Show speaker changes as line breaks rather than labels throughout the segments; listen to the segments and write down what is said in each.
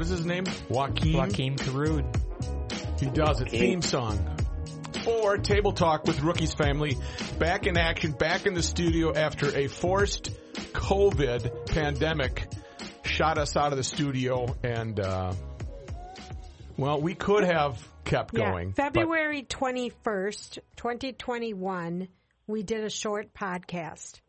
his name? Joaquin.
Joaquin Carud.
He does a
Okay.
theme song. Or Table Talk with Rookie's Family back in action, back in the studio after a forced COVID pandemic shot us out of the studio and, uh, well, we could have kept
Yeah,
going. but-
February 21st, 2021, we did a short podcast.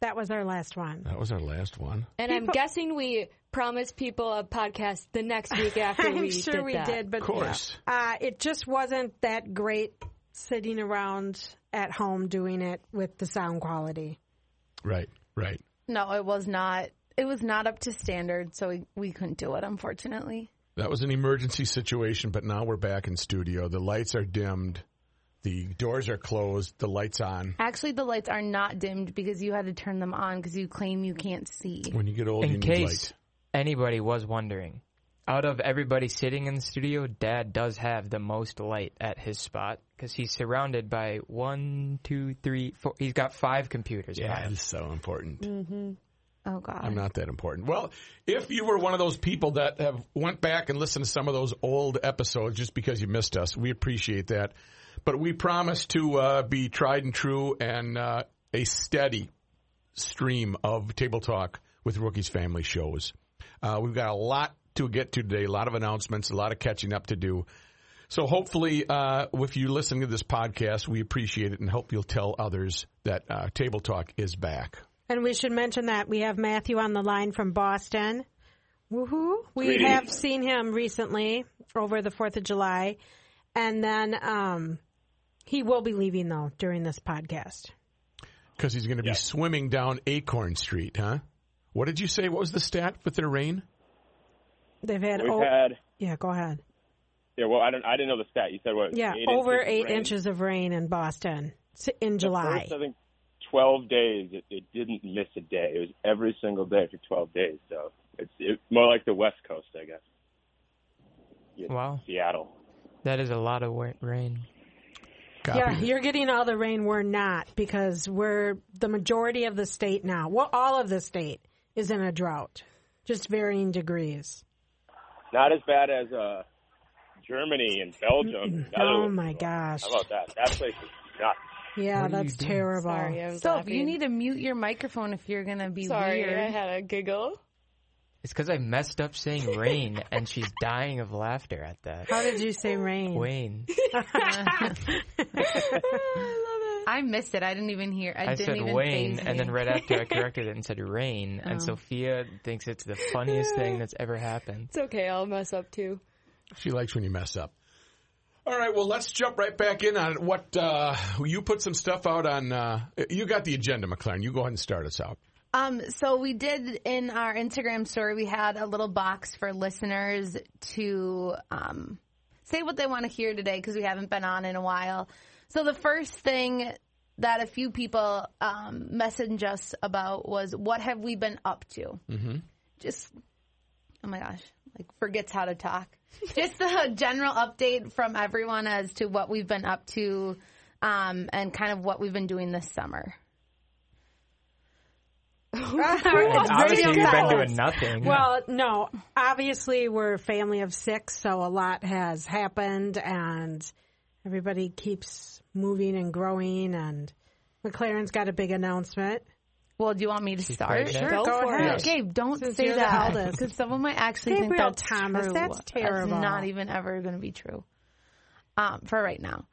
That was our last one.
Oh.
That was our last one.
And I'm guessing we promised people a podcast the next week after
I'm
we
sure
did
we
that.
did, but
Of course.
uh, it just wasn't that great sitting around at home doing it with the sound quality.
Right, right.
No, it was not. It was not up to standard, so we, we couldn't do it, unfortunately.
That was an emergency situation, but now we're back in studio. The lights are dimmed. The doors are closed. The lights on.
Actually, the lights are not dimmed because you had to turn them on because you claim you can't see.
When you get old, you
In
need
case
light.
anybody was wondering, out of everybody sitting in the studio, Dad does have the most light at his spot because he's surrounded by one, two, three, four. He's got five computers.
Yeah,
behind him.
it's so important.
Oh God!
I'm not that important. Well, if you were one of those people that have went back and listened to some of those old episodes just because you missed us, we appreciate that. But we promise to uh, be tried and true and uh, a steady stream of Table Talk with Rookie's Family shows. Uh, we've got a lot to get to today, a lot of announcements, a lot of catching up to do. So hopefully, uh, if you listen to this podcast, we appreciate it and hope you'll tell others that uh, Table Talk is back.
And we should mention that we have Matthew on the line from Boston. Woohoo! We
Greetings.
have seen him recently over the 4th of July. And then um, he will be leaving, though, during this podcast.
Because he's going to be swimming down Acorn Street, huh? What did you say? What was the stat with their rain?
They've had,
We've
o-
had
yeah, go ahead.
yeah. Well, I don't. I didn't know the stat. You said what?
Yeah,
eight
over
inches of
eight
rain.
inches of rain in Boston s- in
The
July.
First, I think twelve days. It, it didn't miss a day. It was every single day for twelve days. So it's it, more like the West Coast, I guess. Yeah,
Wow.
Seattle.
That is a lot of wa- rain.
Copy.
Yeah, you're getting all the rain we're not because we're the majority of the state now. Well, all of the state is in a drought, just varying degrees.
Not as bad as uh, Germany and Belgium. and
Oh
Netherlands.
my gosh.
How about that? That place is nuts.
Yeah,
What are you
that's
doing?
terrible.
Sorry, I was
so if
laughing.
you need to mute your microphone if you're gonna be
Sorry,
weird.
I had a giggle.
It's because I messed up saying rain, and she's dying of laughter at that.
How did you say rain?
Wayne,
I missed it. I didn't even hear. I,
I
didn't
said
even
Wayne,
phase
and then
me.
right after I corrected it and said rain, and
Oh.
Sophia thinks it's the funniest thing that's ever happened.
It's okay, I'll mess up too.
She likes when you mess up. All right, well, let's jump right back in on it. What uh, you put some stuff out on. Uh, you got the agenda, McLaren. You go ahead and start us out.
Um, so we did in our Instagram story, we had a little box for listeners to um, say what they want to hear today because we haven't been on in a while. So the first thing that a few people um, messaged us about was what have we been up to? Mm-hmm. Just oh my gosh, like forgets how to talk. Just a general update from everyone as to what we've been up to um, and kind of what we've been doing this summer.
And obviously,
radio
you've been
silence.
doing nothing.
Well, no. Obviously, we're a family of six, so a lot has happened, and everybody keeps moving and growing. And McLaren's got a big announcement.
Well, do you want me to start?
pregnant.
Go
Go
for
ahead.
it.
Gabe, don't
Since
say
you're the
that
eldest.
because someone might actually think
Gabriel
that's
Thomas,
true.
that's terrible.
not even ever going to be true. Um, for right now,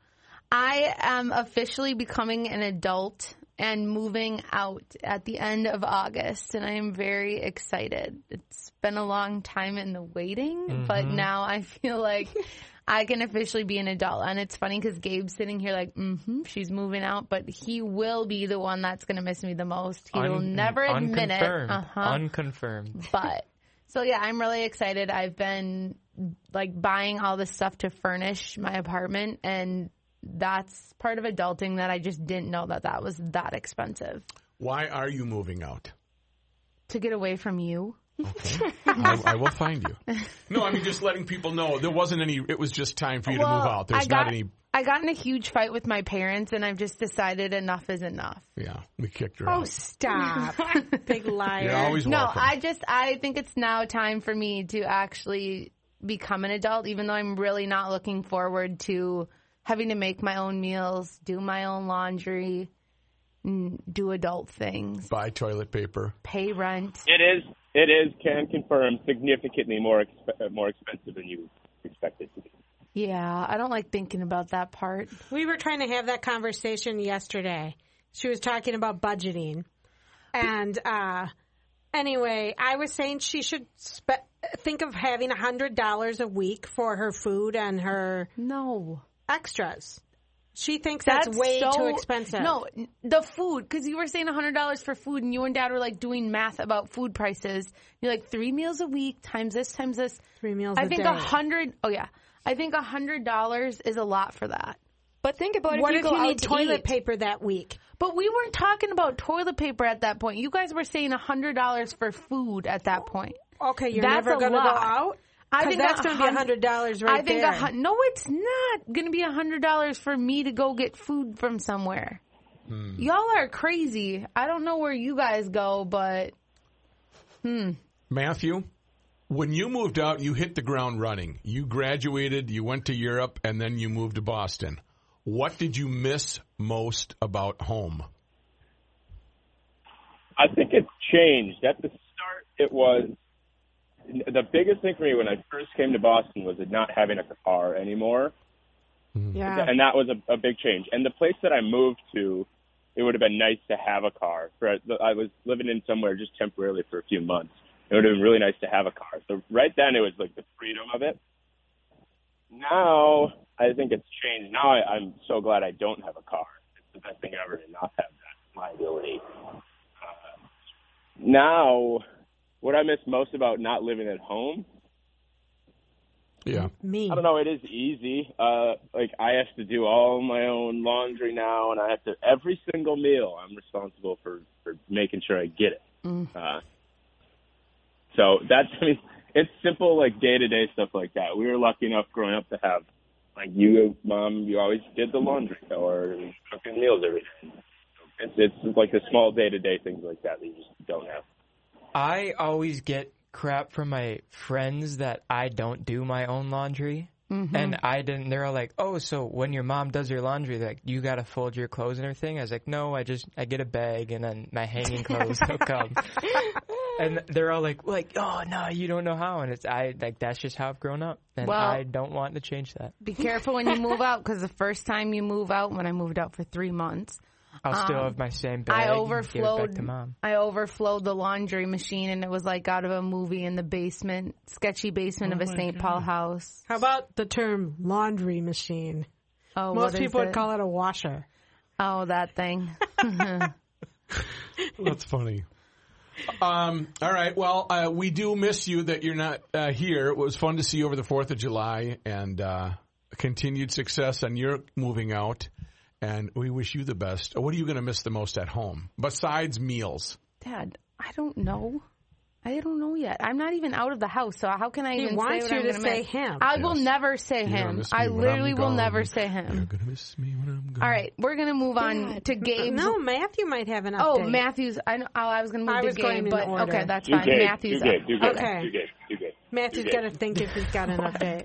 I am officially becoming an adult and moving out at the end of August, and I am very excited. It's been a long time in the waiting, but now I feel like. I can officially be an adult, and it's funny because Gabe's sitting here like, mm-hmm, she's moving out, but he will be the one that's going to miss me the most. He will
Un-
never admit it.
unconfirmed.
Uh-huh
Unconfirmed.
but so yeah, I'm really excited. I've been like buying all this stuff to furnish my apartment and that's part of adulting that I just didn't know that that was that expensive
Why are you moving out?
to get away from you.
I, I will find you. No, I mean just letting people know there wasn't any. It was just time for you to move out. There's
I got,
not any.
I got in a huge fight with my parents, and I've just decided enough is enough.
Yeah, we kicked her
Oh,
out.
stop. Big liar.
You're always
No,
welcome.
I just I think it's now time for me to actually become an adult, even though I'm really not looking forward to having to make my own meals, do my own laundry, and do adult things,
buy toilet paper.
pay rent.
It is. It is. Can confirm significantly more exp- uh, more expensive than you expected. to be.
Yeah, I don't like thinking about that part.
We were trying to have that conversation yesterday. She was talking about budgeting. And uh, anyway, I was saying she should spe- think of having $100 a week for her food and her
No.
extras. She thinks that's, way
so-
too expensive.
No, n- the food because you were saying hundred dollars for food, and you and Dad were like doing math about food prices. You're like three meals a week times this times this.
Three meals
I
a
think
day.
a hundred. Oh yeah, I think a hundred dollars is a lot for that.
But think about
What
if you
if
go
you
out
need
to
toilet
eat.
paper that week?
But we weren't talking about toilet paper at that point. You guys were saying hundred dollars for food at that point.
Okay, you're
That's
never
a
going to go
lot.
out?
I
'Cause
think
that's
a
going to be
hun-
$100 right
I think
there.
a hun- no, it's not going to be hundred dollars for me to go get food from somewhere. Y'all are crazy. I don't know where you guys go, but
Matthew, when you moved out, you hit the ground running. You graduated, you went to Europe, and then you moved to Boston. What did you miss most about home?
I think it's changed. At the start, it was the biggest thing for me when I first came to Boston was not having a car anymore,
Yeah.
and that was a, a big change. And the place that I moved to, it would have been nice to have a car. For I was living in somewhere just temporarily for a few months. It would have been really nice to have a car. So right then, it was like the freedom of it. Now I think it's changed. Now I, I'm so glad I don't have a car. It's the best thing ever to not have that liability now what I miss most about not living at home,
Yeah.
Me.
I don't know, it is easy. Uh like I have to do all my own laundry now and I have to every single meal I'm responsible for for making sure I get it. Uh so that's I mean it's simple like day to day stuff like that. We were lucky enough growing up to have like you mom, you always did the laundry or cooking meals every day. It's it's like the small day to day things like that that you just don't have.
I always get crap from my friends that I don't do my own laundry.
Mm-hmm.
And I didn't, they're all like, oh, so when your mom does your laundry, like, you gotta fold your clothes and everything? I was like, no, I just, I get a bag and then my hanging clothes hook up. and they're all like, like, oh, no, you don't know how. And it's, I, like, that's just how I've grown up. And
Well-
I don't want to change that.
Be careful when you move out because the first time you move out, when I moved out for three months,
I'll still have my same bag.
um, I
Give it
overflowed.
back to mom.
I overflowed the laundry machine, and it was like out of a movie in the basement, sketchy basement of a St. Paul house.
How about the term laundry machine?
Oh,
Most
what
people
is
would
it?
call it a washer.
Oh, that thing.
That's funny. Um, all right. Well, uh, we do miss you that you're not uh, here. It was fun to see you over the 4th of July and uh, continued success on your moving out. And we wish you the best. What are you going to miss the most at home besides meals?
Dad, I don't know. I don't know yet. I'm not even out of the house, so how can I even
wants
say what
you
I'm
to
gonna
say
miss?
him.
I will
Yes.
never say
You're gonna
him.
miss me
I
when
literally
I'm
will
gone.
never say him.
You're going to miss me when I'm gone.
All right, we're gonna move on to Gabe's.
No, Matthew might have an
Oh,
update.
Matthews. I know, oh, I was gonna move
I
to
was going
Gabe,
in
but
order.
okay, that's
You
fine.
gave,
Matthew's
you gave,
up.
you gave,
Okay.
you gave, you gave.
Matthew's
You
going to think if he's got an update.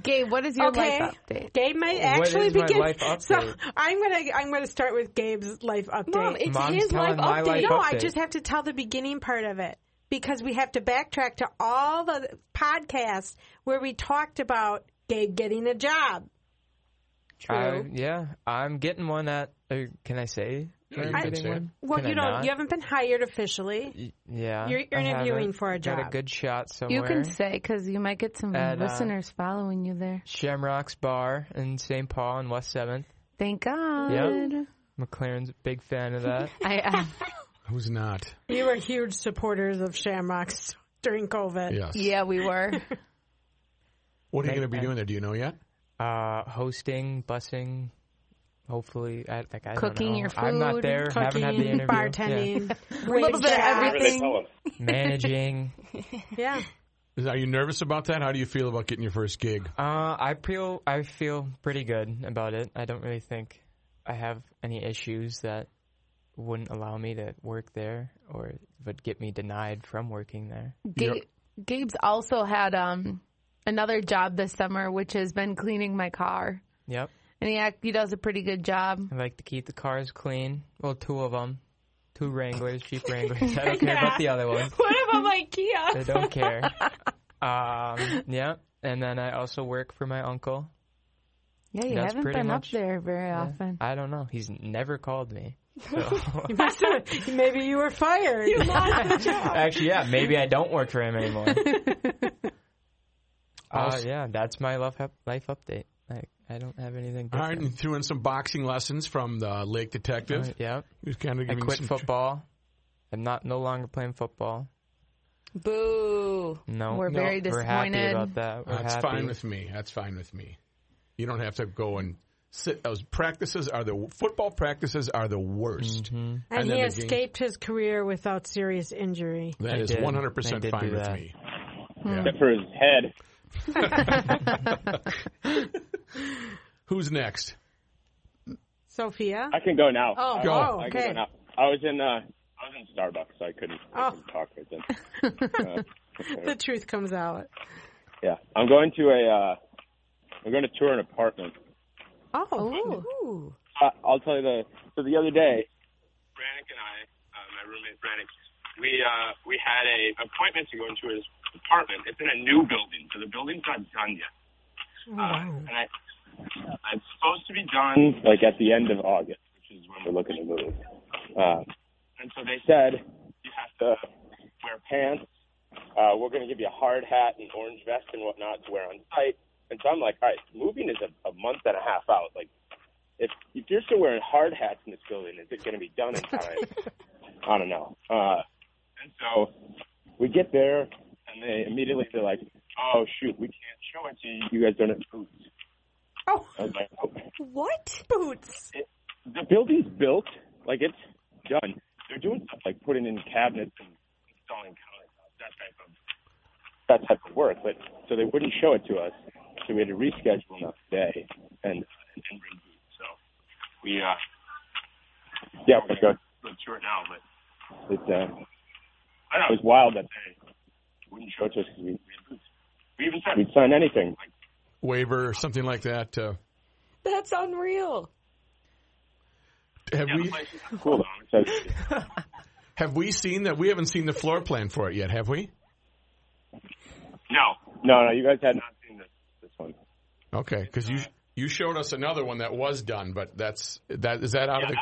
Gabe, what is your life update?
Gabe might actually
is my
begin.
life update?
So I'm gonna I'm gonna start with Gabe's life update.
Mom, it's
Mom's
his
telling
life
my
update.
life
no, I
update.
just have to tell the beginning part of it because we have to backtrack to all the podcasts where we talked about Gabe getting a job.
I, yeah, I'm getting one at, or can I say? I'm
you can
getting
say it.
one?
Well,
Can I
you don't.
not?
You haven't been hired officially.
Yeah,
You're
I have
interviewing
it.
for a
Got
job.
a good shot somewhere.
You can say because you might get some
And, uh,
listeners following you there.
Shamrock's Bar in St. Paul and West Seventh.
Thank God.
Yep. McLaren's a big fan of that.
I uh,
I was not.
You were huge supporters of Shamrocks during COVID.
Yes.
yeah, we were.
What are you going to be doing there? Do you know yet?
uh, hosting, busing, Hopefully, I, like, I don't
Cooking
know.
your
I'm not
food,
there. haven't had the
Cooking,
interview. Yeah.
bartending, wait
little bit of
staff.
Whatever they
everything.
call them.
Managing.
Yeah,
Are you nervous about that? How do you feel about getting your first gig?
Uh, I feel I feel pretty good about it. I don't really think I have any issues that wouldn't allow me to work there or would get me denied from working there.
Ga- Gabe's also had um, another job this summer, which has been cleaning my car,
Yep.
and he act, he does a pretty good job.
I like to keep the cars clean. Well, two of them. Two Wranglers, sheep Wranglers. I don't care about the other one.
What about IKEA?
I don't care. Um, yeah. And then I also work for my uncle.
Yeah, you
That's
haven't
pretty
been
much-
up there very often.
I don't know. He's never called me. So.
maybe you were fired.
Actually, yeah, maybe I don't work for him anymore. uh, yeah, that's my life up, life update. I, I don't have anything.
All right,
different.
and threw in some boxing lessons from the Lake Detective.
Uh, yeah,
He was kind of
I
giving
quit
some
football. I'm not no longer playing football.
Boo.
No,
We're very
We're happy
disappointed.
about that. We're
That's
happy.
fine with me. That's fine with me. You don't have to go and sit. Those practices are the football practices are the worst.
Mm-hmm.
And
then
he
the game-
escaped his career without serious injury.
That
They
is
did.
one hundred
They
percent
did do
fine with
that.
me. Yeah.
Except for his head.
Who's next?
Sophia?
I can go now.
Oh,
I,
Go. oh,
I can
okay.
go now. I was in uh, I was in Starbucks, so I couldn't, I
Oh.
couldn't talk right then.
the truth comes out.
Yeah, I'm going to a uh, I'm going to tour an apartment.
Oh,
I, I'll tell you the so the other day, Brannick and I, uh, my roommate Brannick, we uh, we had a appointment to go into his apartment. It's in a new building, so the building's not done yet.
Oh, wow.
Uh, And I, it's supposed to be done like at the end of August, which is when we're looking to move. Uh, and so they said you have to wear pants. Uh, we're going to give you a hard hat and orange vest and whatnot to wear on site. And so I'm like, all right, moving is a, a month and a half out. Like, if if you're still wearing hard hats in this building, is it going to be done in time? I don't know. Uh, and so we get there, and they immediately they're like, oh shoot, we can't show it to you. You guys don't have boots.
Oh,
I was like, oh.
What?
boots.
the building's built, like it's done. They're doing stuff like putting in cabinets and installing countertops, that type of that type of work. But so they wouldn't show it to us, so we had to reschedule another day and and bring food. So we uh yeah we're gonna go to it now, but it's uh I don't know it was wild that they wouldn't show it to us because we we had boots. We even said we'd sign anything. Like
Waiver or something like that. Uh,
That's unreal.
have
yeah, the
we
place is not cool though. It says-
have we seen that? We haven't seen the floor plan for it yet, have we?
No. No, no, you guys had not seen this this one.
Okay, because you you showed us another one that was done, but that's that is that out of the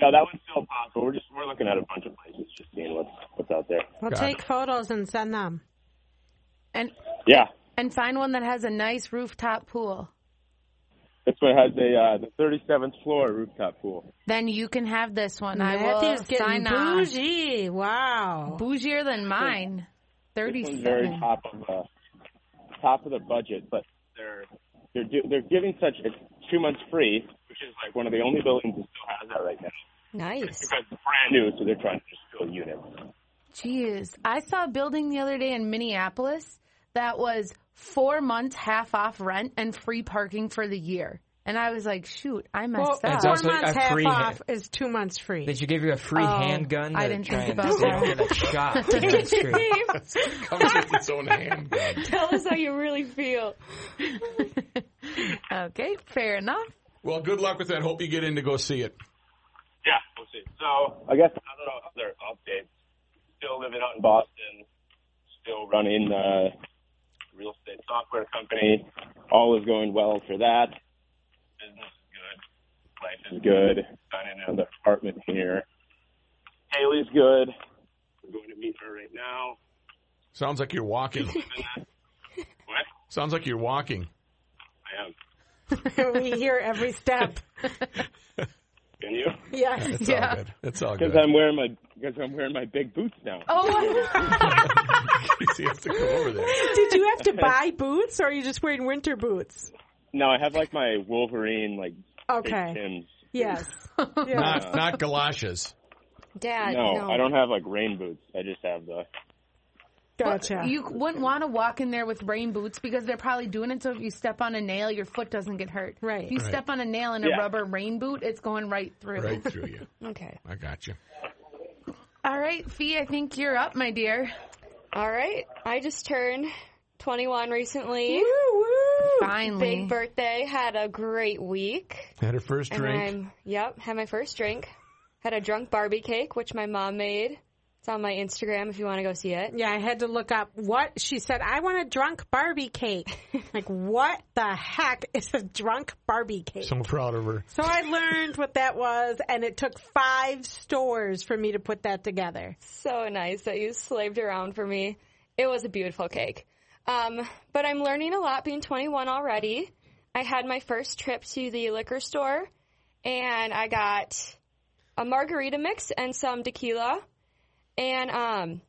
No, that one's still possible. We're just we're looking at a bunch of places, just seeing what's what's out there.
Well,
Got
take
it.
photos and send them.
And
Yeah,
and find one that has a nice rooftop pool.
this one has the uh, the 37th floor rooftop pool.
Then you can have this one. I will
Matthew's getting
sign on.
bougie. Wow.
Bougier than mine.
This one's very
Thirty-seven.
top of the top of the budget, but they're they're do, they're giving such it's two months free, which is like one of the only buildings that still has that right now
Nice.
because it's brand new, so they're trying to just fill units.
Jeez, I saw a building the other day in Minneapolis that was four months half off rent and free parking for the year, and I was like, shoot, I
Well,
messed
four
up.
It's also
months
a
half
free
off
hand-
is two months free.
Did you give you a free handgun?
Oh, I
to
didn't
try
think
and
about
see
that.
if you get a shot. That's true.
comes with its own handgun?
Tell us how you really feel.
Okay, fair enough.
Well, good luck with that. Hope you get in to go see it.
Yeah, we'll see. So I guess I don't know other updates. Still living out in Boston. Still running the real estate software company. All is going well for that. Business is good. Life is good. Signing another apartment here. Haley's good. We're going to meet her right now.
Sounds like you're walking.
What?
Sounds like you're walking.
I am.
we hear every step.
Can you?
Yes.
It's all good. It's all good.
Because I'm wearing my because I'm wearing my big boots now.
Oh,
you have to go over there.
Did you have to buy boots or are you just wearing winter boots?
No, I have like my Wolverine like
Okay.
Tim's.
Yes. Yeah.
Not not galoshes.
Dad,
No,
no.
I don't have like rain boots. I just have the.
Gotcha.
You wouldn't want to walk in there with rain boots because they're probably doing it so if you step on a nail, your foot doesn't get hurt.
Right.
If you step on a nail in a
Yeah.
rubber rain boot, it's going right through.
Right through you.
Okay.
I got you.
All right, Fee, I think you're up, my dear.
All right. I just turned 21 recently.
Finally.
Big birthday. Had a great week.
Had her first
And
drink.
I'm, yep, had my first drink. Had a drunk Barbie cake, which my mom made. It's on my Instagram if you want to go see it.
Yeah, I had to look up what she said. I want a drunk Barbie cake. like, what the heck is a drunk Barbie cake?
So proud of her.
So I learned what that was, and it took five stores for me to put that together.
So nice that you slaved around for me. It was a beautiful cake. Um, but I'm learning a lot being 21 already. I had my first trip to the liquor store and I got a margarita mix and some tequila. And um,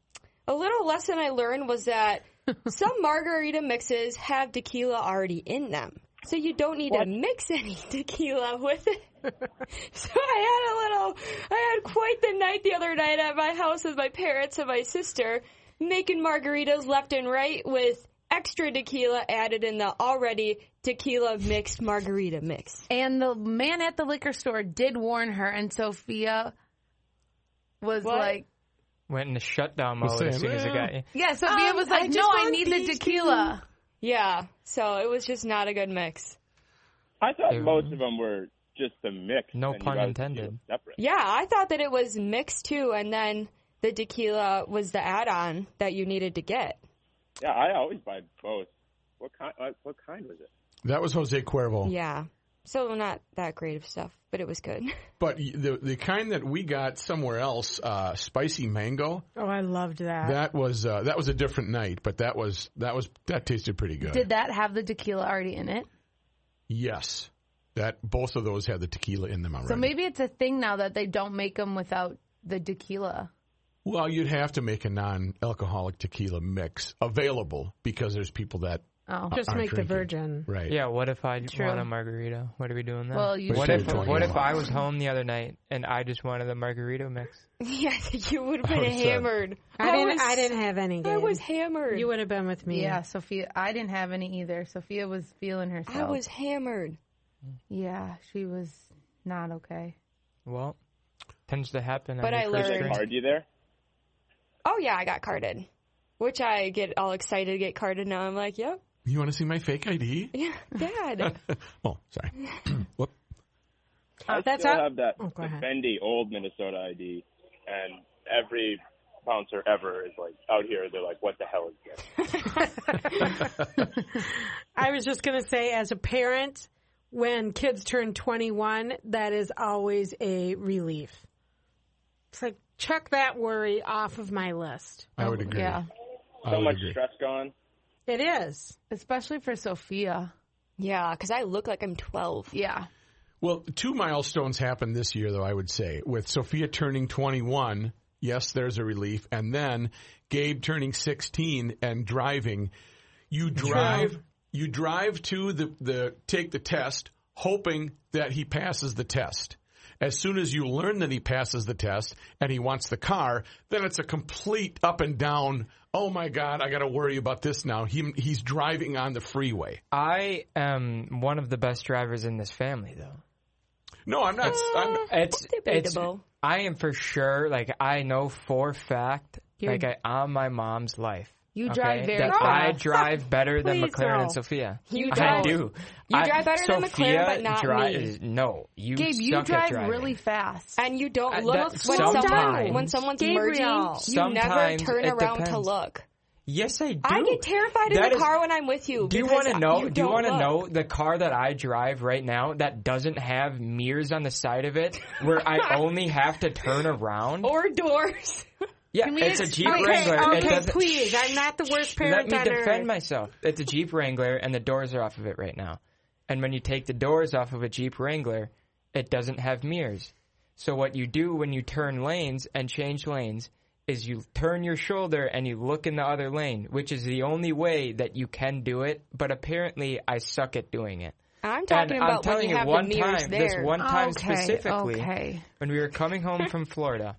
a little lesson I learned was that some margarita mixes have tequila already in them. So you don't need to mix any tequila with it. So I had a little, I had quite the night the other night at my house with my parents and my sister, making margaritas left and right with extra tequila added in the already tequila mixed margarita mix.
And the man at the liquor store did warn her, and Sophia was
What?
like,
Went into shutdown mode
saying,
as soon as it got.
Yeah, Sophia
Um,
was
I
like,
just
No, I
want
need the
these
tequila.
Yeah, so it was just not a good mix.
I thought
Ew.
most of them were just a mix.
No
and you
pun
guys
intended.
do it Separate.
Yeah, I thought that it was mixed too, and then the tequila was the add on that you needed to get.
Yeah, I always buy both. What kind? What, what kind was it?
That was Jose Cuervo.
Yeah, so not that great of stuff, but it was good.
But the the kind that we got somewhere else, uh, spicy mango.
Oh, I loved that.
That was uh, that was a different night, but that was that was that tasted pretty good.
Did that have the tequila already in it?
yes, that both of those had the tequila in them already.
So maybe it's a thing now that they don't make them without the tequila.
well, you'd have to make a non-alcoholic tequila mix available because there's people that
Oh.
Just
aren't
make the
drinking.
virgin.
right.
Yeah, what if I want a margarita? What are we doing then?
Well, you
what
should
if
have
what
told
if
me.
I was home the other night and I just wanted a margarita mix?
yeah, I think you would have been
would've said-
hammered.
I didn't.
was-
I didn't have any.
I
Gabe.
was hammered.
You would have been with me.
Yeah, Sophia. I didn't have any either. Sophia was feeling herself.
I was hammered.
Yeah, she was not okay.
Well, tends to happen.
But
on
I
your first
learned-
drink.
Card you there?
Oh yeah, I got carded. Which I get all excited to get carded now. I'm like, yep,
You want to see my fake ID?
yeah, dad.
Oh, sorry. Whoop.
I
Uh, that's
still
how-
have that
Oh, go
the
ahead.
bendy old Minnesota ID, and every bouncer ever is like out here. They're like, "What the hell is this?"
I was just going to say, as a parent, when kids turn 21, that is always a relief. It's like, check that worry off of my list.
I would agree.
Oh, Yeah,
I
So
would
much
agree.
stress gone.
It is.
especially for Sophia.
yeah, because I look like I'm 12.
Yeah.
Well, two milestones happened this year, though, I would say. With Sophia turning 21, yes, there's a relief. And then Gabe turning 16 and driving. You drive, you drive to the, the, take the test, hoping that he passes the test. As soon as you learn that he passes the test and he wants the car, then it's a complete up and down. Oh my God, I got to worry about this now. He, he's driving on the freeway.
I am one of the best drivers in this family, though.
No, I'm not. I'm,
It's it's.
Debatable.
I am for sure. Like I know for fact. like I, on my mom's life.
You drive very
that
fast.
I drive better than
Please
McLaren
no.
and Sophia.
You
I
don't.
do.
You
I-
drive better than McLaren,
Sophia
but not
dri-
me.
No, you
Gabe, you
suck at
drive
driving.
really fast.
And you don't
Uh,
look
that-
when
sometimes-
someone when someone's
Gabriel.
merging. You never
Sometimes
turn
it
around to
depends.
look.
Yes, I do.
I get terrified in
That
the
is-
car when I'm with you.
Do you
because
want to know? do you
don't
want to
look.
know the car that I drive right now that doesn't have mirrors on the side of it, where I only have to turn around?
Or doors.
yeah,
we
it's a
ex-
Jeep
okay,
Wrangler. It
okay,
doesn't-
please. I'm not the worst
Let
parent
me
on
defend
earth.
myself. It's a Jeep Wrangler, and the doors are off of it right now. And when you take the doors off of a Jeep Wrangler, it doesn't have mirrors. So what you do when you turn lanes and change lanes is you turn your shoulder and you look in the other lane, which is the only way that you can do it. But apparently, I suck at doing it.
I'm talking
and I'm
about
telling
when you
you,
have
one
the mirrors
time,
there.
this one time
okay,
specifically,
Okay.
when we were coming home from Florida.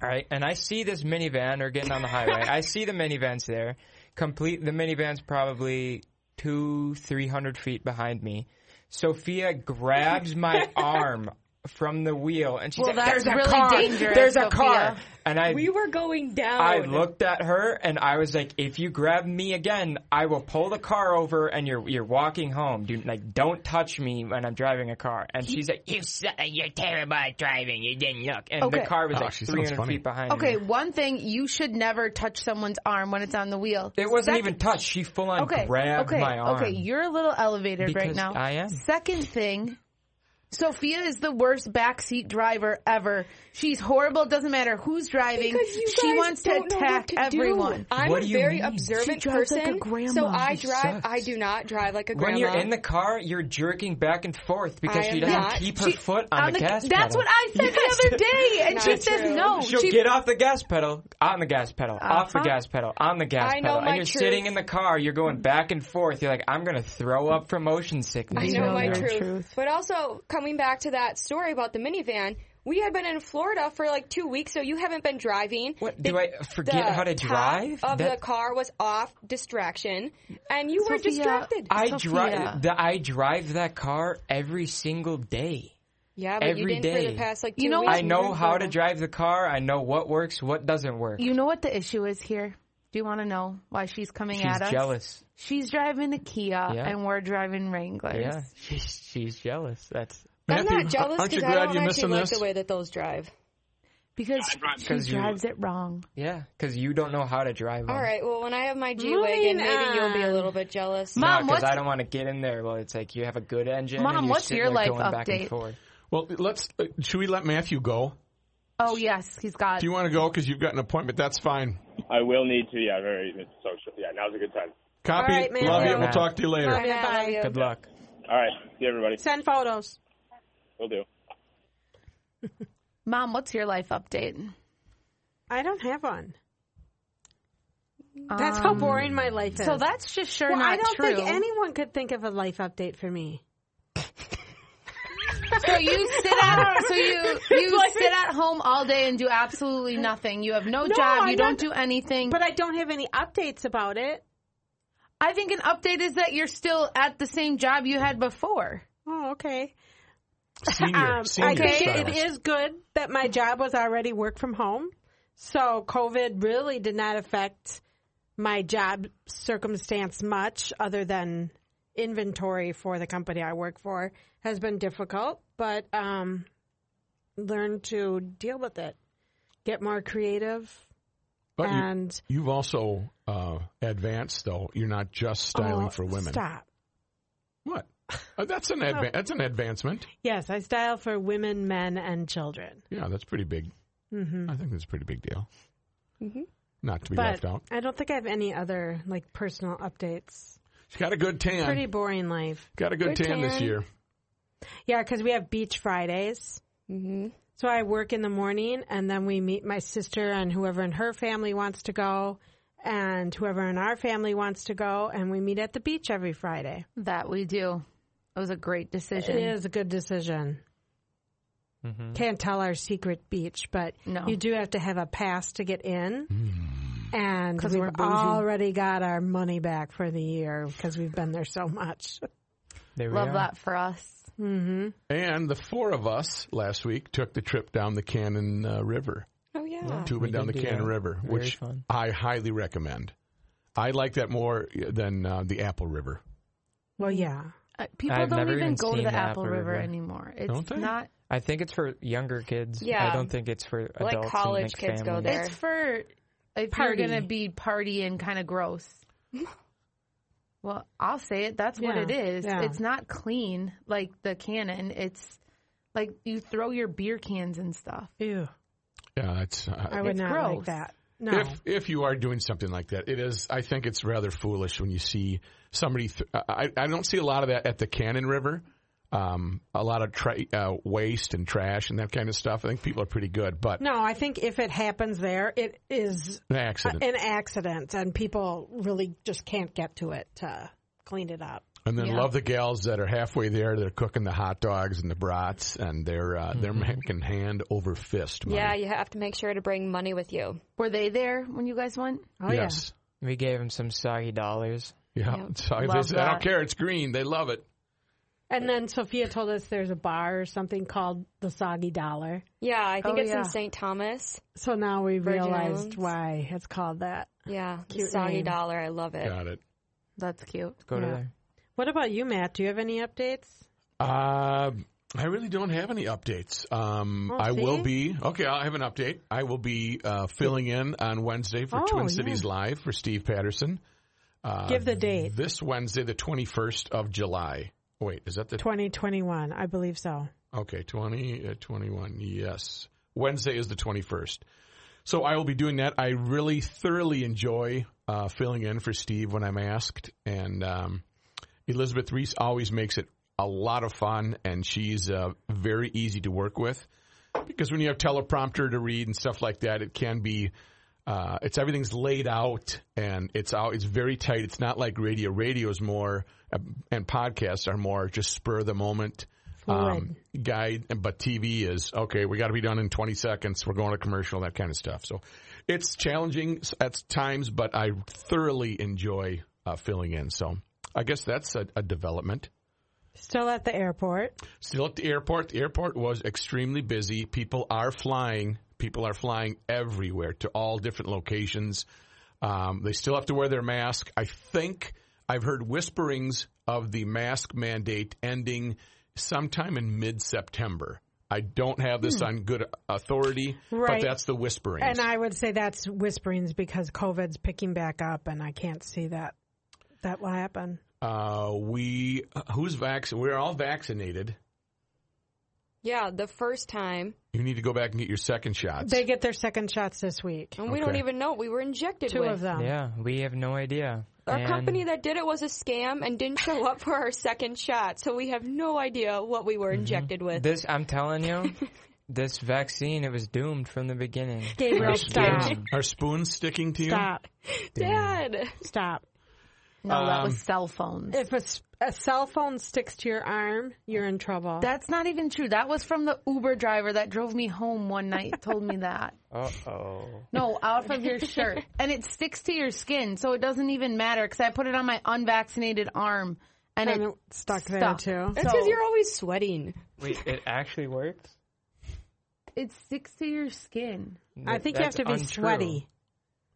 All right, and I see this minivan or getting on the highway. I see the minivans there. Complete the minivan's probably two, three hundred feet behind me. Sophia grabs my arm from the wheel and she's
Well,
like,
that's
"There's a
really
car!
dangerous,
There's a
Sophia."
car!" And I
we were going down.
I looked at her and I was like, "If you grab me again, I will pull the car over and you're you're walking home. Do like don't touch me when I'm driving a car." And she's like, "You su- you're terrible at driving. You didn't look." And
Okay.
the car was
Oh,
like
she sounds
300
funny.
feet behind.
Okay,
me.
one thing you should never touch someone's arm when it's on the wheel.
it wasn't
Second-
even touched. She full on
Okay.
grabbed
okay.
my arm.
Okay, you're a little elevated right
Because
now.
I am.
Second thing, Sophia is the worst backseat driver ever. She's horrible. Doesn't matter who's driving.
Because you
she
guys
wants to
don't know what
attack
to do.
everyone.
I'm
What
a
do you
very
mean?
observant
She drives
person,
like a grandma.
so I
She
drive.
sucks.
I do not drive like a
When
grandma.
you're in the car, you're jerking back and forth because she
I am
doesn't
not.
keep her
She-
foot on, the, gas pedal.
That's what I said the other day, and she
Not
says
true.
no.
She'll
She-
get off the gas pedal, on the gas pedal, off the
Uh-huh.
gas pedal, on the gas
I know
pedal,
my
and you're
truth.
sitting in the car. You're going back and forth. You're like, I'm gonna throw up from motion
I
sickness.
know
right
my
now.
truth.
truth.
But also coming back to that story about the minivan, we had been in Florida for like two weeks, so you haven't been driving.
What do I
The
forget how to
top
drive?
Of
That-
the car was off distraction, and you were
Sophia,
distracted.
I
Sophia.
drive. The, I drive that car every single day.
yeah, but you
every
didn't for
day.
the past like two
You know
weeks.
what?
I know how
in
to
Florida.
drive the car. I know what works, what doesn't work.
you know what the issue is here? Do you want to know why she's coming
She's
at us?
jealous.
She's driving a Kia,
Yeah.
and we're driving Wranglers.
Yeah, she's she's jealous. That's
I'm
Matthew,
not jealous
aren't you
because
glad
I don't
you're
actually
missing
like
this?
the way that those drive.
Because she
'Cause you-
drives it wrong.
yeah, because you don't know how to drive.
All
them.
right. Well, when I have my G wagon, maybe you'll be a
on.
little bit jealous.
Mom,
No, because
what's-
I don't want to get in there. Well, it's like you have a good engine.
Mom,
and you're
what's
sitting
your
there
life
going Back and
update?
forth.
Well, let's. Uh, should we let Matthew go?
Oh yes, he's got.
Do you want to go? Because you've got an appointment. That's fine.
I will need to. Yeah, very it's social. Yeah, now's a good time.
Copy.
All right, Matthew.
Love you. We'll
Matt.
talk to you later.
I know,
Bye.
love you.
Good luck.
All right. See you, everybody.
Send photos.
We'll do.
Mom, what's your life update?
I don't have one. That's how boring my life is.
So that's just sure
well,
not
I don't
true.
think anyone could think of a life update for me.
so you sit at so you you sit at home all day and do absolutely nothing. You have no, job. You
I'm
don't
not-
do anything.
But I don't have any updates about it.
I think an update is that you're still at the same job you had before.
Oh, okay.
Senior.
Um,
senior.
I think
style.
it is good that my job was already work from home. So COVID really did not affect my job circumstance much other than inventory for the company I work for has been difficult, but um, learn to deal with it. Get more creative
But you,
and
you've also uh, advanced, though. You're not just styling
Oh,
for women.
Stop.
What? Uh, that's an adva- that's an advancement.
Yes, I style for women, men, and children.
Yeah, that's pretty big. I think that's a pretty big deal. Not to be
Mm-hmm. But
left out.
I don't think I have any other like personal updates.
She's got a good tan.
Pretty boring life.
got a good,
Good
tan, this
tan.
year.
Yeah, because we have beach Fridays.
hmm
So I work in the morning, and then we meet my sister and whoever in her family wants to go, and whoever in our family wants to go, and we meet at the beach every Friday.
That we do. It was a great
It
decision.
is a good decision.
Mm-hmm.
Can't tell our secret beach, but
No.
you do have to have a pass to get in.
Mm.
And
'Cause
we've
we're bougie.
already got our money back for the year because we've been there so much.
There we
Love
are.
that for us.
And the four of us last week took the trip down the Cannon uh, River,
Oh yeah.
tubing
we
down the
did do
Cannon
that.
River,
Very
which
fun.
I highly recommend. I like that more than uh, the Apple River.
Well, yeah.
Uh, people
I've
don't
never
even
even
go to
seen
the
the Apple
Apple River,
River.
anymore. It's
Don't they?
not.
I think it's for younger kids.
Yeah.
I don't think it's for adults. and,
college
like,
kids go
families.
there.
It's for if
Party.
you're gonna be party and kind of gross. well, I'll say it. That's what
Yeah,
it is.
yeah.
It's not clean like the cannon. It's like you throw your beer cans and stuff.
Ew.
Yeah, it's.
I
Uh,
would
It's
not like
gross.
that. No.
if if you are doing something like that, it is. I think it's rather foolish when you see somebody. Th- I I don't see a lot of that at the Cannon River. Um, a lot of tra- uh, waste and trash and that kind of stuff. I think people are pretty good, but
no, I think if it happens there, it is
an accident.
an accident, and people really just can't get to it to clean it up.
And then love the gals that are halfway there. They're cooking the hot dogs and the brats, and they're uh, they're
Mm-hmm.
making hand over fist. Money.
Yeah, you have to make sure to bring money with you.
Were they there when you guys went?
Oh
yes.
We gave him some soggy dollars.
Yeah. So they
Love
said, I don't
that.
care. It's green. They love it.
yeah. And then Sophia told us there's a bar or something called the Soggy Dollar.
Yeah, I think
Oh,
it's
yeah.
in St. Thomas.
So now we
Virgin
realized
Islands.
why it's called that.
Yeah, the
Cute
soggy
name.
dollar. I love it.
Eh.
Got it.
That's cute.
Go to
Yeah.
there.
What about you, Matt? Do you have any updates?
Uh, I really don't have any updates. Um,
Oh,
I will
see?
be okay. I have an update. I will be uh, filling in on Wednesday for
Oh,
Twin
yeah.
Cities Live for Steve Patterson. Uh,
Give the date.
This Wednesday, the twenty first of July. Wait, is that the
2021, I believe so.
Okay, 20, uh, 21, yes. Wednesday is the 21st. So I will be doing that. I really thoroughly enjoy uh, filling in for Steve when I'm asked. And um, Elizabeth Reese always makes it a lot of fun, and she's uh, very easy to work with. Because when you have teleprompter to read and stuff like that, it can be. Uh, it's everything's laid out and it's out. It's very tight. It's not like radio. Radio's more uh, and podcasts are more just spur of the moment um, guide, but TV is okay. We got to be done in 20 seconds. We're going to commercial, that kind of stuff. So it's challenging s- at times, but I thoroughly enjoy uh, filling in. So I guess that's a, a development.
Still at the airport.
Still at the airport. The airport was extremely busy. People are flying. People are flying everywhere to all different locations. Um, they still have to wear their mask. I think I've heard whisperings of the mask mandate ending sometime in mid September. I don't have this on good authority,
Hmm. Right.
but that's the whisperings.
And uh, I would say that's whisperings because COVID's picking back up, and I can't see that that will happen.
uh, we who's vac? We're all vaccinated.
Yeah, the first time,
You need to go back and get your second shots.
They get their second shots this week.
and we don't
Okay.
even know we were injected
Two
with.
of them.
Yeah, we have no idea.
Our
And
company that did it was a scam and didn't show up for our second shot, so we have no idea what we were injected
Mm-hmm.
with.
This, I'm telling you, this vaccine, it was doomed from the beginning.
Gabriel,
Our
stop.
spoons-
Are spoons sticking to you?
Stop.
Dad,
Stop.
No, that was cell phones.
If a, s- a cell phone sticks to your arm, you're in trouble.
That's not even true. That was from the Uber driver that drove me home one night, told me that.
Uh-oh.
No, off of your shirt. And it sticks to your skin, so it doesn't even matter because I put it on my unvaccinated arm and
and
it
it stuck there,
stuck.
too.
that's because you're always sweating.
Wait, it actually worked?
it sticks to your skin.
I
Th-
think you
that's
have to be
untrue.
sweaty.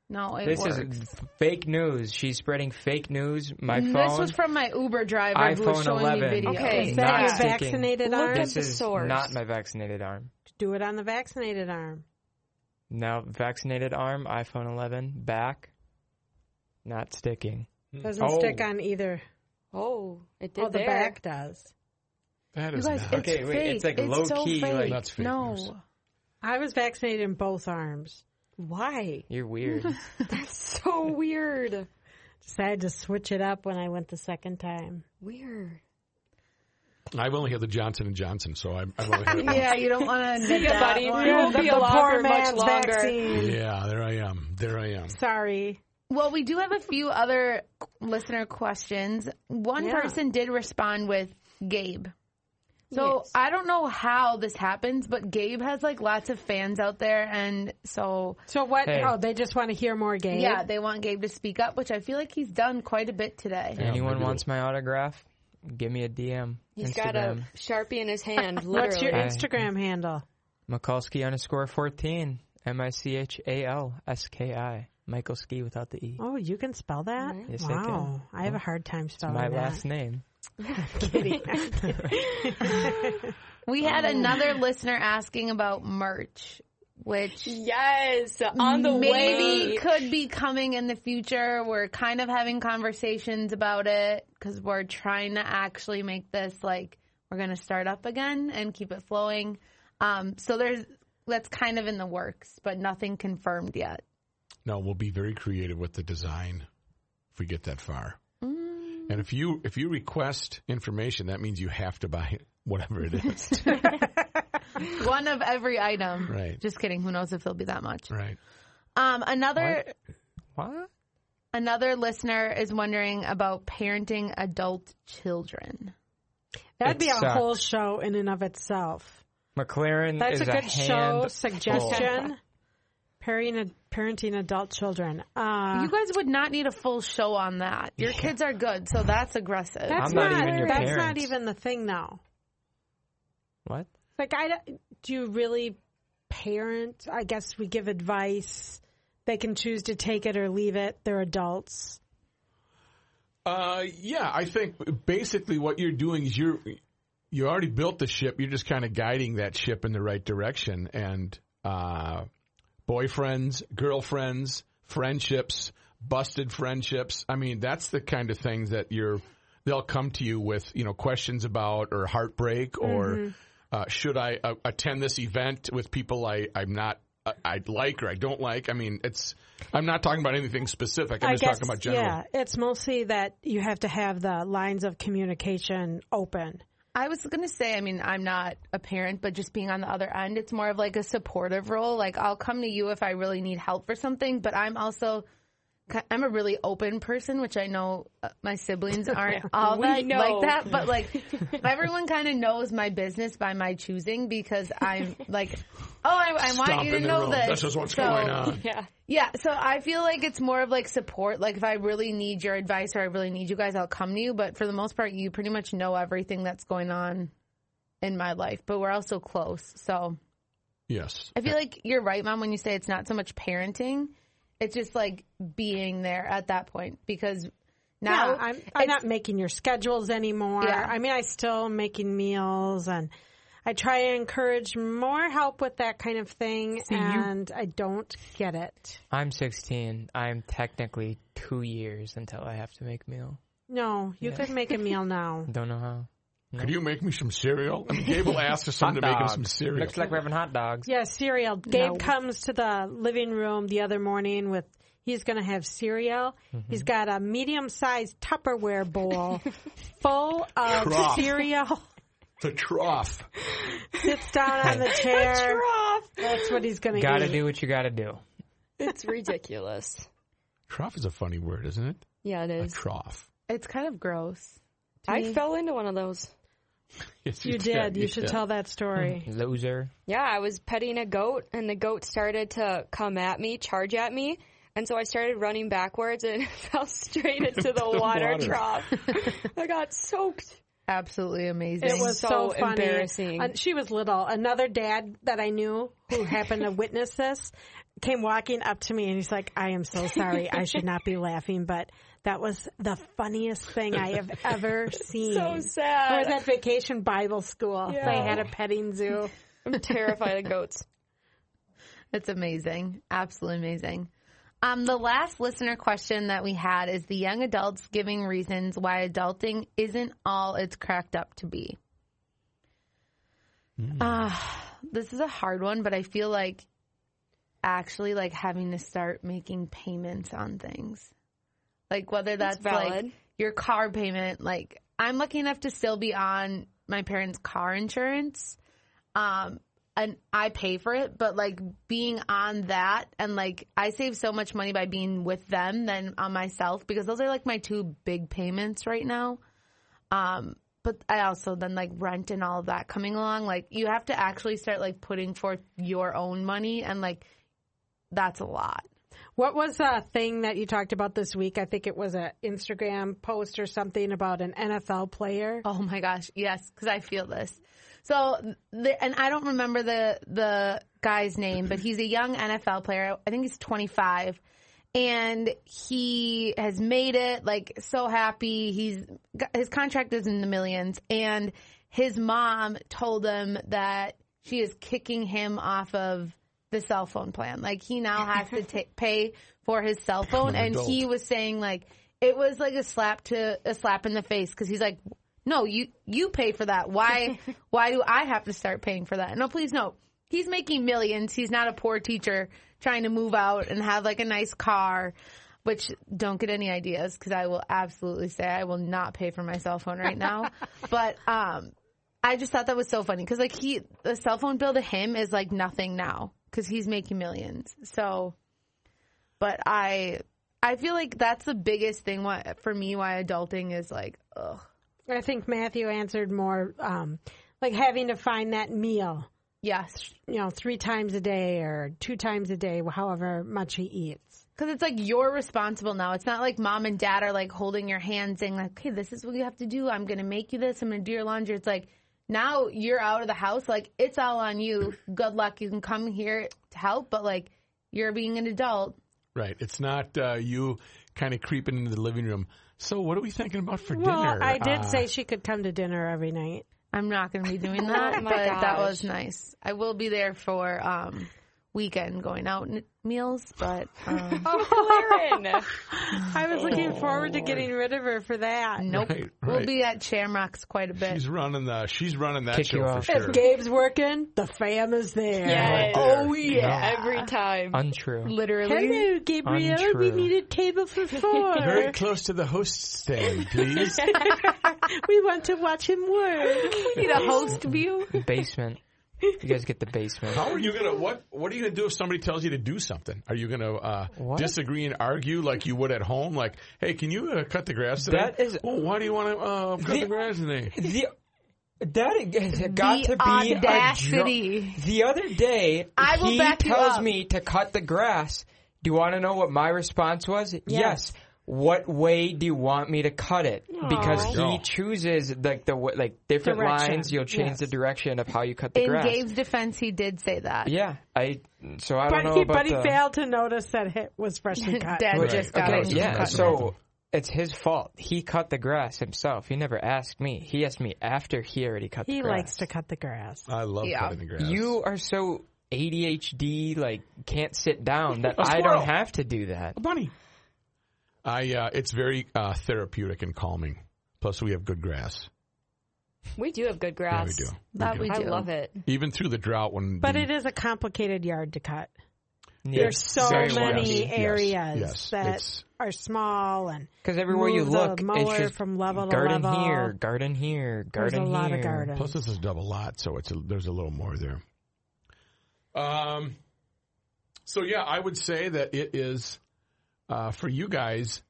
No, it
This
works.
is fake news. She's spreading fake news. My
And
phone.
this was from my Uber driver who
iPhone
was showing
11.
me videos.
Okay,
Is
Not
that your
sticking.
vaccinated
Look
arm?
at
this
the
is
source.
not my vaccinated arm.
Do it on the vaccinated arm.
Now, vaccinated arm, iPhone 11, back, not sticking.
Doesn't
Oh.
stick on either.
Oh, it did
Oh, the
there.
back does.
That
You
is
guys,
not.
it's
Okay, wait,
fake.
it's like low
so
key,
Fake.
like-
That's fake
no,
news.
I was vaccinated in both arms.
Why?
You're weird.
So weird.
Decided to switch it up when I went the second time.
Weird.
I've only had the Johnson and Johnson, so I'm, I've only had it
yeah, you don't want to admit
ya,
that
buddy.
one.
You won't be
the
alive
poor
for much
man's
longer.
vaccine.
Yeah, there I am. There I am.
Sorry.
Well, we do have a few other listener questions. One
Yeah.
person did respond with Gabe. So I don't know how this happens, but Gabe has like lots of fans out there, and so
So what?
Hey.
Oh, they just want to hear more games.
yeah, they want Gabe to speak up, which I feel like he's done quite a bit today.
Anyone wants my autograph? Give me a DM.
He's
Instagram.
got a sharpie in his hand. Literally.
What's your
Hey.
Instagram handle?
Mikulski underscore 14. M I C H A L S K I. Michael Ski without the E.
Oh, you can spell that?
Yes, I can.
wow. I, have a hard time spelling
My
that.
last name.
We
Oh.
had another listener asking about merch, which
Yes, on the
maybe
way.
could be coming in the future. We're kind of having conversations about it because we're trying to actually make this like we're going to start up again and keep it flowing. Um, so there's that's kind of in the works, but nothing confirmed yet.
No, we'll be very creative with the design if we get that far. And if you if you request information, that means you have to buy it, whatever it is.
One of every item.
Right.
Um, Just kidding. Who knows if there'll be that much?
right.
Um, another
What?
Another listener is wondering about parenting adult children.
That'd be
It
a
sucks.
whole show in and of itself.
McLaren
That's
is
a good show
handful.
suggestion. Parenting, parenting adult children. Uh,
You guys would not need a full show on that. Your kids are good, so that's aggressive.
I'm
that's
not even your
that's not
parents.
even the thing though.
What?
Like, I don't- do you really parent? I guess we give advice. They can choose to take it or leave it. They're adults.
Uh, yeah, I think basically what you're doing is you're you already built the ship. You're just kind of guiding that ship in the right direction. And uh, boyfriends, girlfriends, friendships, busted friendships. I mean, that's the kind of things that you're. They'll come to you with you know questions about or heartbreak or
Mm-hmm.
uh, should I uh, attend this event with people I I'm not. uh, I- I'd like or I don't like. I mean, it's. I'm not talking about anything specific. I'm
I
just
guess,
talking about general.
yeah, it's mostly that you have to have the lines of communication open.
I was going to say, I mean, I'm not a parent, but just being on the other end, it's more of like a supportive role. Like, I'll come to you if I really need help for something, but I'm also, ki- I'm a really open person, which I know uh, my siblings aren't all
We
that,
know.
like that, but like everyone kind of knows my business by my choosing because I'm like, oh, I, I want
Stomp
you to
in the
know
room.
this.
This is what's
So-
going on.
Yeah.
yeah, so I feel like it's more of like support. Like if I really need your advice or I really need you guys, I'll come to you. But for the most part, you pretty much know everything that's going on in my life. But we're also close, so
Yes.
I feel like you're right, Mom, when you say it's not so much parenting. It's just like being there at that point because now
yeah, I'm, I'm
it's-
not making your schedules anymore.
Yeah.
I mean, I still am making meals and I try to encourage more help with that kind of thing, and I don't get it.
I'm 16. I'm technically two years until I have to make meal.
No, you could make a meal now.
Don't know how.
Could you make me some cereal? I mean, Gable asked us to make him some cereal.
Looks like we're having hot dogs.
Yeah, cereal. Gabe
No.
comes to the living room the other morning with he's going to have cereal.
Mm-hmm.
He's got a medium-sized Tupperware bowl full of
Trough.
cereal.
the trough.
Sits down on the chair. That's what he's going to eat.
Gotta do what you gotta do.
It's ridiculous.
Trough is a funny word, isn't it?
Yeah, it
A
is.
trough.
it's kind of gross.
I fell into one of those.
Yes,
You did. You should tell that
Mm-hmm.
story.
Loser.
Yeah, I was petting a goat, and the goat started to come at me, charge at me, and so I started running backwards and fell straight into the water
water.
trough. I got soaked.
Absolutely amazing.
It was so,
so
funny.
embarrassing.
And she was little. Another dad that I knew who happened to witness this came walking up to me and he's like, I am so sorry. I should not be laughing, but that was the funniest thing I have ever seen.
So
I was
sad.
at vacation Bible school. They had a petting zoo.
I'm terrified of goats.
It's amazing. Absolutely amazing. Um, the last listener question that we had is the young adults giving reasons why adulting isn't all it's cracked up to be. Ah, this is a hard one, but I feel like actually like having to start making payments on things. Like whether that's,
That's
like
valid.
your car payment, like I'm lucky enough to still be on my parents' car insurance. Um and I pay for it, but like being on that and like I save so much money by being with them than on myself because those are like my two big payments right now. Um, but I also then like rent and all of that coming along. Like you have to actually start like putting forth your own money and like that's a lot.
What was a thing that you talked about this week? I think it was an Instagram post or something about an NFL player.
Oh my gosh, yes, because I feel this. So, the, and I don't remember the the guy's name, but he's a young NFL player. I think he's 25, and he has made it. Like so happy. He's his contract is in the millions, and his mom told him that she is kicking him off of the cell phone plan. Like he now has to ta pay for his cell phone, and
adult.
he was saying like it was like a slap to a slap in the face because he's like, no, you you pay for that. Why why do I have to start paying for that? No, please no. He's making millions. He's not a poor teacher trying to move out and have like a nice car. Which don't get any ideas because I will absolutely say I will not pay for my cell phone right now. but um, I just thought that was so funny because like he the cell phone bill to him is like nothing now because he's making millions. So, but I I feel like that's the biggest thing why, for me why adulting is like, ugh.
I think Matthew answered more um, like having to find that meal,
Yes.
you know, three times a day or two times a day, however much he eats.
Because it's like you're responsible now. It's not like mom and dad are like holding your hand saying, like, okay, this is what you have to do. I'm going to make you this. I'm going to do your laundry. It's like now you're out of the house. Like, it's all on you. Good luck. You can come here to help, but like you're being an adult.
Right. It's not uh, you kind of creeping into the living room. So, what are we thinking about for dinner?
Well, I did
Uh,
say she could come to dinner every night.
I'm not going to be doing that,
Oh my
but that
gosh.
was nice. I will be there for um, weekend going out n- meals, but um,
Claren.
I was looking forward to getting rid of her for that.
nope.
Right,
We'll
right.
be at Shamrocks quite a bit.
Uh, She's running the. She's running that
Kick
show
you
for
out.
sure.
If Gabe's working, the fam is there.
Yes.
Oh,
yeah.
Every time.
Untrue.
Literally.
Hello, Gabrielle. We
Untrue.
needed table for four.
Very close to the host stand, please.
we want to watch him work.
Need a host view.
Basement. You guys get the basement.
How are you gonna what What are you gonna do if somebody tells you to do something? Are you gonna uh,
What?
disagree and argue like you would at home? Like, hey, can you uh, cut the grass today?
That is-
Well, why do you want to uh, cut the
The-
grass today?
The, that has got
The
to be a dro-
audacity.
the other day,
I will
he
back you
tells
up.
me to cut the grass. Do you want to know what my response was? Yes. What way do you want me to cut it? Because
There you
he
go.
chooses like the wa- like different
Direction.
lines. You'll change
Yes.
the direction of how you cut the
In
grass.
Gabe's defense, he did say that.
yeah, I. So I don't
But
know
he,
about
but he
the-
failed to notice that it was freshly cut.
Dad
Right.
just got
Okay,
it.
yeah.
Yeah,
cut
so it's his fault. He cut the grass himself. He never asked me. He asked me after he already cut
He
the grass.
likes to cut the grass.
I love
Yeah.
cutting the grass.
You are so ADHD, like can't sit down that
A
I
squirrel.
don't have to do that.
bunny. I. Uh, it's very uh, therapeutic and calming. Plus, we have good grass.
We do have good
Yeah,
grass.
we do.
That we
I
do.
love it.
Even through the drought, when
But
the,
it is a complicated yard to cut. There's
Yes.
so
Very
many
yes,
areas
yes,
that
it's-
are small and
Because everywhere you
move the
look,
mower
it's just
from level to
garden
level.
here, garden here,
there's
garden
a
here.
lot of gardens.
Plus, this is double lot, so it's a, there's a little more there. Um, so yeah, I would say that it is uh, for you guys.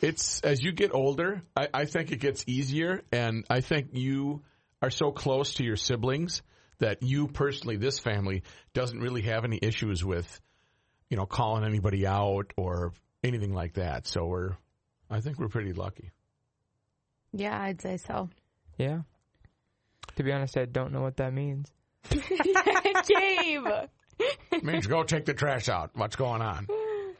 It's as you get older, I, I think it gets easier, and I think you are so close to your siblings that you personally, this family, doesn't really have any issues with, you know, calling anybody out or anything like that. So we're, I think we're pretty lucky.
Yeah, I'd say so.
Yeah. To be honest, I don't know what that means.
Gabe.
Means go take the trash out. What's going on?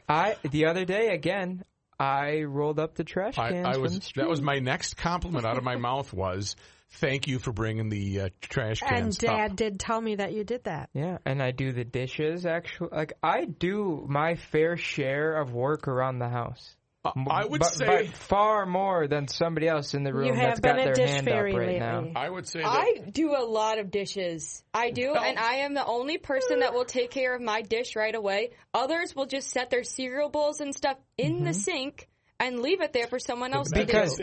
I the other day again, I rolled up the trash
I,
cans
I
from
was
the street.
that was my next compliment out of my mouth was thank you for bringing the uh, trash
and
cans
Dad
up.
did tell me that you did that.
Yeah, and I do the dishes. Actually, like I do my fair share of work around the house.
Uh, I would
but,
say
but far more than somebody else in the room
you have
that's
been
got
a
their
dish
hand up
fairy
right
lately.
now.
I would say that
I do a lot of dishes. I do, and I am the only person that will take care of my dish right away. Others will just set their cereal bowls and stuff in the sink and leave it there for someone else to
Mm-hmm.
do.
Because-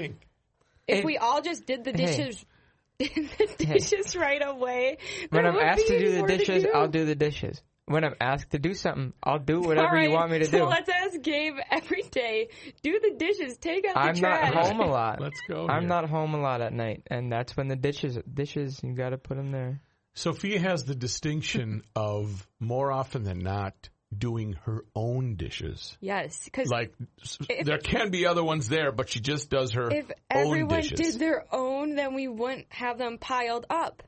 If
it-
we all just did the
Hey.
dishes, did the dishes right away,
When
there
I'm
wouldn't
asked to
be
do
any
the
more
dishes,
do.
I'll do the dishes. When I'm asked to do something, I'll do whatever you
Alright,
want me to
so
do.
let's ask Gabe every day. Do the dishes. Take out the
I'm
trash.
not home a lot.
Let's go Oh,
I'm
here.
not home a lot at night, and that's when the dishes dishes you got to put them there.
Sophia has the distinction of more often than not doing her own dishes.
Yes, because
Like s- there can be other ones there, but she just does her
if
own
everyone
dishes.
did their own, then we wouldn't have them piled up.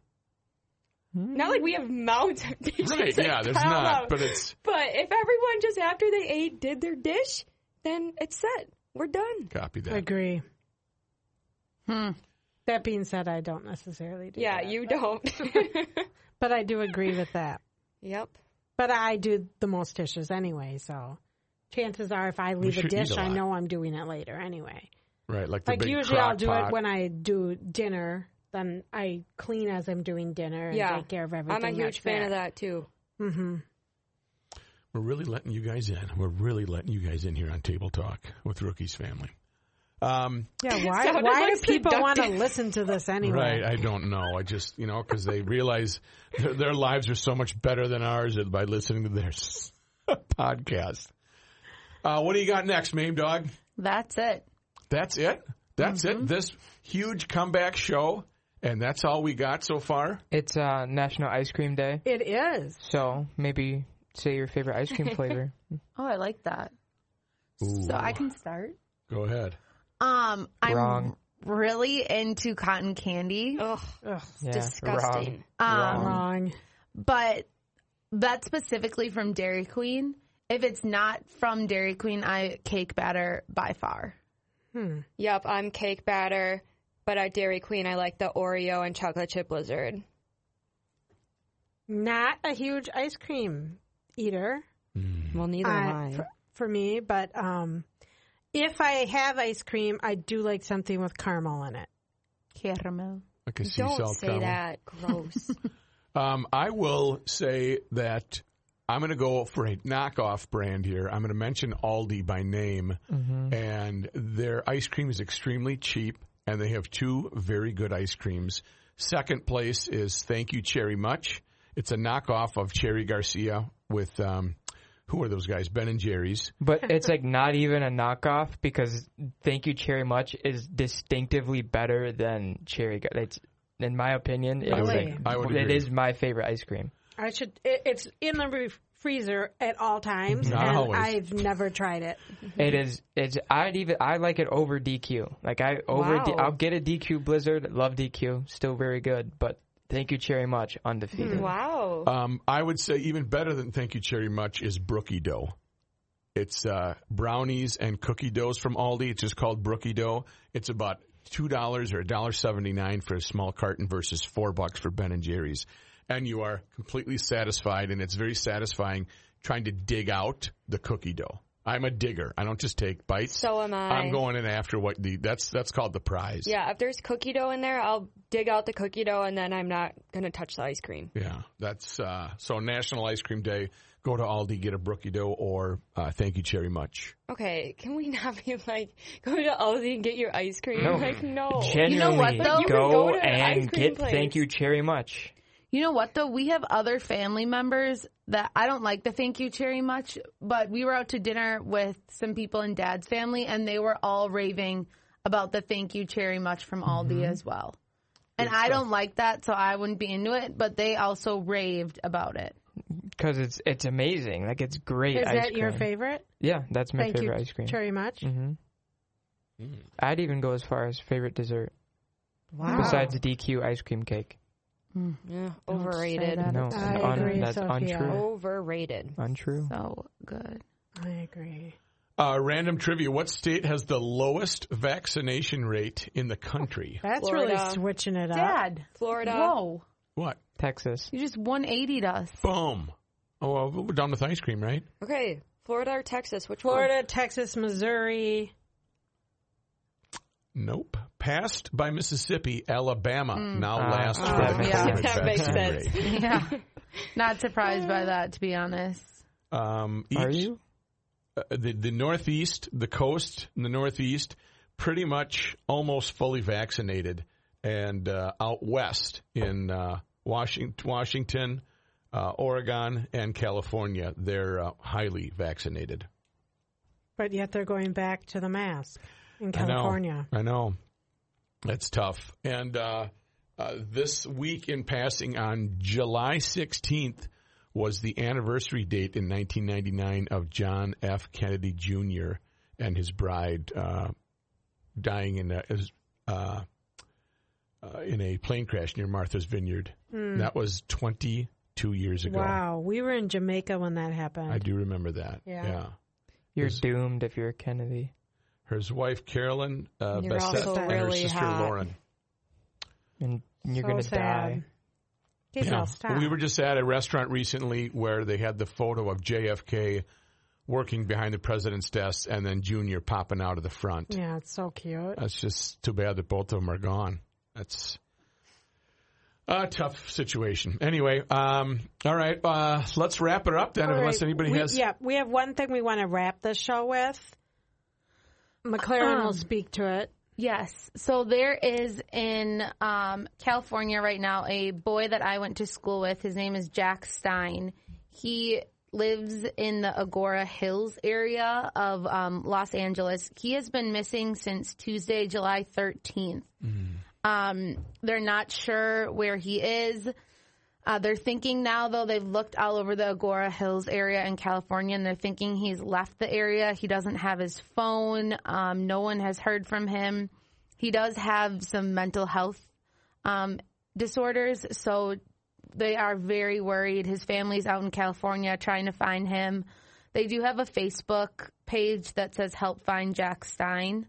Hmm.
Not like we have mounds of dishes.
right?
to
Yeah, there's
pile
not,
up.
but it's
But if everyone just after they ate did their dish, then it's set. We're done.
copy that.
Agree. Hmm.
Hmm.
That being said, I don't necessarily do
Yeah,
that.
you don't.
But I do agree with that.
yep.
But I do the most dishes anyway, so chances are if I leave a
should eat
dish,
a
I
lot.
know I'm doing it later anyway.
Right, like the
Like
big
usually I'll
crock
do
pot.
it when I do dinner. Then I clean as I'm doing dinner and
Yeah.
take care of everything.
I'm a huge
that's
fan
there.
of that too.
We're really letting you guys in. We're really letting you guys in here on Table Talk with Rookie's family. Um,
Yeah, why,
sounded
why
like
do people want to
seductive.
listen to this anyway?
Right. I don't know. I just, you know, because they realize their, their lives are so much better than ours by listening to their s- podcast. Uh, what do you got next, Mame Dog? Mm-hmm.
That's it.
That's it. That's it. This huge comeback show, and that's all we got so far.
It's uh, National Ice Cream Day,
It is.
so maybe say your favorite ice cream flavor.
Oh, I like that. So I can start.
Go ahead.
Um, I'm
Wrong.
really into cotton candy,
Ugh,
Yeah,
disgusting.
Wrong. Wrong.
Wrong.
but that's specifically from Dairy Queen. If it's not from Dairy Queen, I cake batter by far.
Hmm.
Yep, I'm cake batter, but at Dairy Queen, I like the Oreo and chocolate chip blizzard.
Not a huge ice cream eater
Well, neither
uh,
am I.
for, for me, but um, if I have ice cream, I do like something with caramel in it.
Caramel.
Like a sea
Don't
salt
say
combo.
that. Gross.
Um, I will say that I'm going to go for a knockoff brand here. I'm going to mention Aldi by name, and their ice cream is extremely cheap, and they have two very good ice creams. Second place is Thank You Cherry Much. It's a knockoff of Cherry Garcia with um, who are those guys? Ben and Jerry's.
But it's like not even a knockoff because Thank You Cherry Much is distinctively better than Cherry. Gu- It's in my opinion, it's
would-
like,
I would
it
agree.
is my favorite ice cream.
I should. It, it's in the re- freezer at all times,
Not
and
always.
I've never tried it.
It is. It's. I'd even. I like it over DQ. Like I over. D,
Wow.
I'll get a DQ Blizzard. Love DQ. Still very good. But thank you, Cherry Much. Undefeated.
Hmm, wow.
Um, I would say even better than Thank You Cherry Much is Brookie Dough. It's uh, brownies and cookie doughs from Aldi. It's just called Brookie Dough. It's about two dollars or $1.79 for a small carton versus four bucks for Ben and Jerry's, and you are completely satisfied. And it's very satisfying trying to dig out the cookie dough. I'm a digger. I don't just take bites.
So am I.
I'm going in after what the that's that's called the prize.
Yeah, if there's cookie dough in there, I'll dig out the cookie dough and then I'm not going to touch the ice cream.
Yeah, that's uh, so National Ice Cream Day. Go to Aldi, get a brookie dough, or uh, thank you, Cherry Much.
Okay, can we not be like, go to Aldi and get your ice cream?
No.
Like, no.
Genuinely,
what, though? You
can
go,
go to an ice
and
cream
get
place.
thank you, Cherry Much.
You know what though? We have other family members that I don't like the thank you cherry much, but we were out to dinner with some people in dad's family and they were all raving about the thank you cherry much from Aldi as well. And I don't like that, so I wouldn't be into it, but they also raved about it.
Because it's it's amazing. Like it's great.
Is
ice
that your
cream.
favorite?
Yeah, that's my
Thank
favorite
you
ice cream.
very much.
Mm-hmm.
Mm-hmm. I'd even go as far as favorite dessert. Besides DQ ice cream cake.
Yeah,
Say
overrated.
that.
No,
It's
I
un-
agree,
that's
Sophia. Oh,
untrue.
Overrated.
Untrue.
So good.
I agree.
Uh, random trivia: What state has the lowest vaccination rate in the country?
That's really
Florida.
switching it up.
Dad.
Florida.
Whoa.
What?
Texas.
You just 180'd us.
Boom. Oh, well, we're done with ice cream, right?
Okay, Florida or Texas? Which one?
Florida, Texas, Missouri.
Nope. Passed by Mississippi, Alabama
Hmm.
now
Ah,
last for
that
the
makes
COVID
sense.
That makes
vaccine
sense.
rate.
Yeah. Not surprised by that, to be honest.
Um,
Are
each-
you?
uh, the the Northeast, the coast, in the Northeast, pretty much almost fully vaccinated, and uh, out west in uh, Washington, Washington, uh, Oregon, and California, they're uh, highly vaccinated.
But yet they're going back to the mask in
I know.
California.
I know. That's tough. And uh, uh, this week in passing, on July 16th, was the anniversary date in 1999 of John F. Kennedy Jr. and his bride uh, dying in a, is- uh, uh, in a plane crash near Martha's Vineyard.
Hmm.
That was 22 years ago.
Wow, we were in Jamaica when that happened.
I do remember that.
Yeah.
yeah.
You're doomed if you're Kennedy.
His wife, Carolyn uh,
You're
Bessette,
also
and her
really
sister,
hot.
Lauren.
And you're
So
going to
sad.
die.
Please all stop.
We were just at a restaurant recently where they had the photo of JFK working behind the president's desk and then Junior popping out of the front.
yeah, it's so cute.
That's just too bad that both of them are gone. That's a tough situation. Anyway, um, all right, uh, let's wrap it up then,
All
unless
right,
anybody
we-
has.
Yeah, we have one thing we want to wrap the show with. McLaren will speak to it.
Yes. So there is in um, California right now a boy that I went to school with. His name is Jack Stein. He lives in the Agora Hills area of um, Los Angeles. He has been missing since Tuesday, July 13th. Um, they're not sure where he is. Uh, they're thinking now, though, they've looked all over the Agora Hills area in California and they're thinking he's left the area. He doesn't have his phone. Um, no one has heard from him. He does have some mental health um, disorders, so they are very worried. His family's out in California trying to find him. They do have a Facebook page that says Help Find Jack Stein.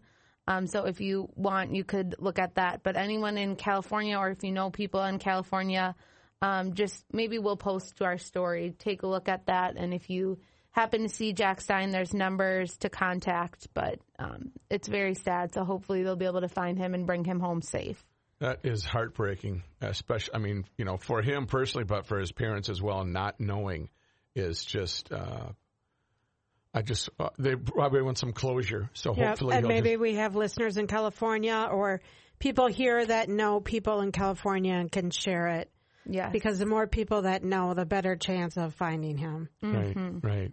Um, so if you want, you could look at that. But anyone in California, or if you know people in California, um, just maybe we'll post to our story. Take a look at that. And if you happen to see Jack Stein, there's numbers to contact. But um, it's very sad. So hopefully they'll be able to find him and bring him home safe.
That is heartbreaking, especially. I mean, you know, for him personally, but for his parents as well. Not knowing is just. Uh, I just uh, they probably want some closure. So
Yep,
hopefully,
and
he'll just-
maybe we have listeners in California or people here that know people in California and can share it.
Yeah.
Because the more people that know, the better chance of finding him.
Right, right.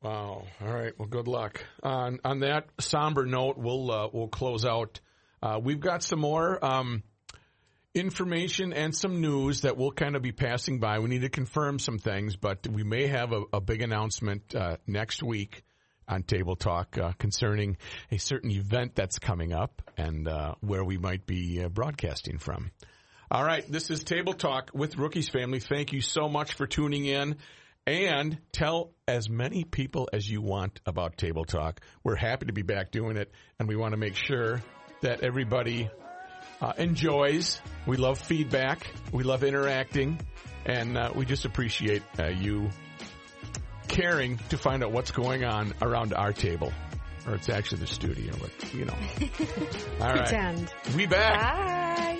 Wow. All right. Well, good luck. On on that somber note, we'll uh, we'll close out. Uh, we've got some more um, information and some news that we'll kind of be passing by. We need to confirm some things, but we may have a, a big announcement uh, next week on Table Talk uh, concerning a certain event that's coming up and uh, where we might be uh, broadcasting from. All right, this is Table Talk with Rookies Family. Thank you so much for tuning in. And tell as many people as you want about Table Talk. We're happy to be back doing it, and we want to make sure that everybody uh, enjoys. We love feedback, we love interacting, and uh, we just appreciate uh, you caring to find out what's going on around our table. Or it's actually the studio, but you know. All right.
Pretend.
We back.
Bye.